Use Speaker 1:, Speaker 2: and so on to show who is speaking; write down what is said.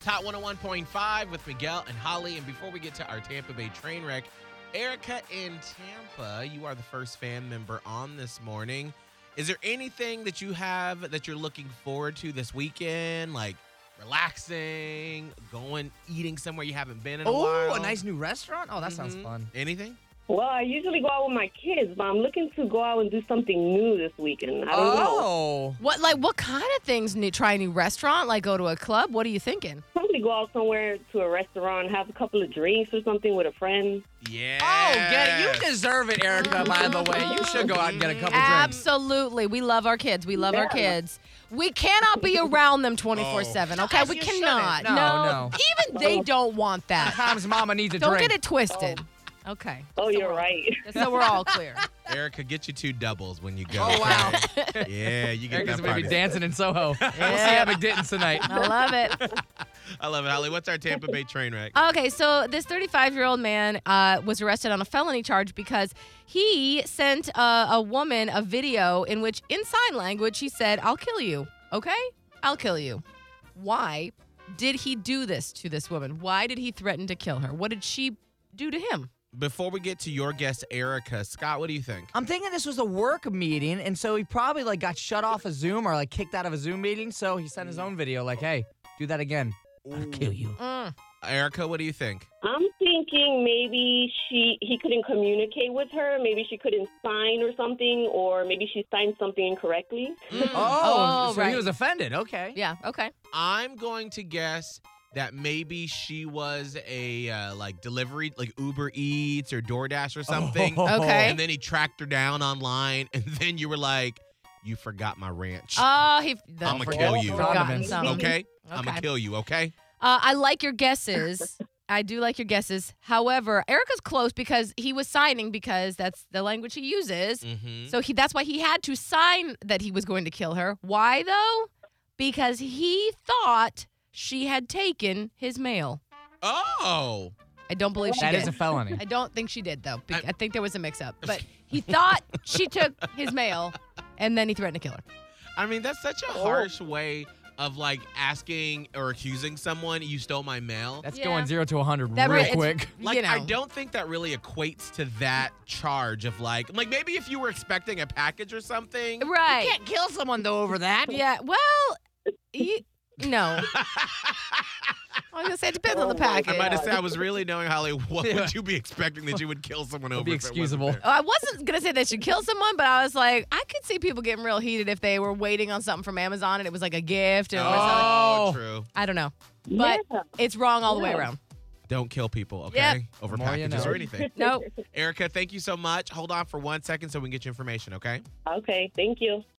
Speaker 1: Top 101.5 with Miguel and Holly. And before we get to our Tampa Bay train wreck, Erica in Tampa, you are the first fan member on this morning. Is there anything that you have that you're looking forward to this weekend? Like relaxing, going, eating somewhere you haven't been in a while?
Speaker 2: Oh, a nice new restaurant. Oh, that sounds
Speaker 1: Mhm.
Speaker 2: fun.
Speaker 1: Anything?
Speaker 3: Well, I usually go out with my kids, but I'm looking to go out and do something new this weekend. I don't know.
Speaker 2: Oh,
Speaker 4: What like what kind of things? New, try a new restaurant? Like go to a club? What are you thinking?
Speaker 3: Probably go out somewhere to a restaurant, have a couple of drinks or something with a friend.
Speaker 1: Yeah.
Speaker 2: oh, get it. You deserve it, Erica. By the way, you should go out and get a couple drinks.
Speaker 4: Absolutely, we love our kids. We love our kids. We cannot be around them twenty four seven. Okay,
Speaker 2: As
Speaker 4: we
Speaker 2: Oh. you shouldn't.
Speaker 4: cannot.
Speaker 2: No, no.
Speaker 4: even they don't want that.
Speaker 2: Sometimes Mama needs a
Speaker 4: don't
Speaker 2: drink.
Speaker 4: get it twisted. Okay.
Speaker 3: Oh,
Speaker 4: So
Speaker 3: you're
Speaker 4: we're all-
Speaker 3: right.
Speaker 4: just So we're all clear.
Speaker 1: Erica, get you two doubles when you go.
Speaker 2: Oh, wow.
Speaker 1: okay? yeah, you get
Speaker 2: Erica's
Speaker 1: that
Speaker 2: gonna be
Speaker 1: party.
Speaker 2: dancing in Soho. We'll see
Speaker 4: Yeah.
Speaker 2: how McDitton's tonight.
Speaker 4: I love it.
Speaker 1: I love it, Holly. What's our Tampa Bay train wreck?
Speaker 4: Okay, so this 35 year old man uh, was arrested on a felony charge because he sent a, a woman a video in which, in sign language, he said, I'll kill you. Okay? I'll kill you. Why did he do this to this woman? Why did he threaten to kill her? What did she do to him?
Speaker 1: Before we get to your guest, Erica, Scott, what do you think?
Speaker 2: I'm thinking this was a work meeting, and so he probably like got shut off a Zoom or like kicked out of a Zoom meeting. So he sent his own video like, "Hey, do that again. I'll kill you."
Speaker 4: Mm.
Speaker 1: Erica, what do you think?
Speaker 3: I'm thinking maybe she he couldn't communicate with her. Maybe she couldn't sign or something, or maybe she signed something incorrectly.
Speaker 2: Oh,
Speaker 4: Oh,
Speaker 2: so he
Speaker 4: right.
Speaker 2: was offended. Okay.
Speaker 4: Yeah, okay.
Speaker 1: I'm going to guess that maybe she was a uh, like delivery, like Uber Eats or DoorDash or something.
Speaker 2: Oh.
Speaker 4: Okay.
Speaker 1: And then he tracked her down online, and then you were like, "You forgot my ranch."
Speaker 4: Oh, he. the-
Speaker 1: I'ma kill you.
Speaker 4: Forgotten
Speaker 2: Condiments.
Speaker 4: something.
Speaker 1: okay? I'm
Speaker 4: Okay.
Speaker 1: gonna kill you. Okay.
Speaker 4: Uh, I like your guesses. I do like your guesses. However, Erica's close because he was signing because that's the language he uses.
Speaker 1: Mm-hmm.
Speaker 4: So he that's why he had to sign that he was going to kill her. Why though? Because he thought she had taken his mail.
Speaker 1: Oh.
Speaker 4: I don't believe she
Speaker 2: That
Speaker 4: did.
Speaker 2: is a felony.
Speaker 4: I don't think she did though. Be-
Speaker 1: I-
Speaker 4: I think there was a mix up. But he thought she took his mail and then he threatened to kill her.
Speaker 1: I mean, that's such a harsh way of like asking or accusing someone you stole my mail.
Speaker 2: That's
Speaker 4: Yeah.
Speaker 2: going zero to 100
Speaker 4: That
Speaker 2: real
Speaker 4: really- it's-
Speaker 2: quick.
Speaker 1: like
Speaker 4: you know.
Speaker 1: I don't think that really equates to that charge of like like maybe if you were expecting a package or something.
Speaker 4: Right.
Speaker 2: kill someone though over that.
Speaker 4: Yeah. Well, you, no. I was gonna say it depends on the
Speaker 3: Oh my
Speaker 4: package.
Speaker 1: I might have
Speaker 3: Yeah.
Speaker 1: said I was really knowing Holly. What
Speaker 2: Yeah.
Speaker 1: would you be expecting that you would kill someone over?
Speaker 2: It'd be
Speaker 1: if it wasn't
Speaker 2: excusable.
Speaker 1: there?
Speaker 4: Oh, I wasn't gonna say they should kill someone, but I was like, I could see people getting real heated if they were waiting on something from Amazon and it was like a gift and it was like,
Speaker 1: Oh,
Speaker 2: Oh.
Speaker 1: true.
Speaker 4: I don't know. But
Speaker 3: Yeah.
Speaker 4: it's wrong all the way
Speaker 3: Yeah.
Speaker 4: around.
Speaker 1: Don't kill people, okay?
Speaker 4: Yep.
Speaker 1: Over
Speaker 2: More you
Speaker 1: packages
Speaker 2: know.
Speaker 1: or anything.
Speaker 4: Nope.
Speaker 1: Erica, thank you so much. Hold on for one second so we can get your information, okay?
Speaker 3: Okay, thank you.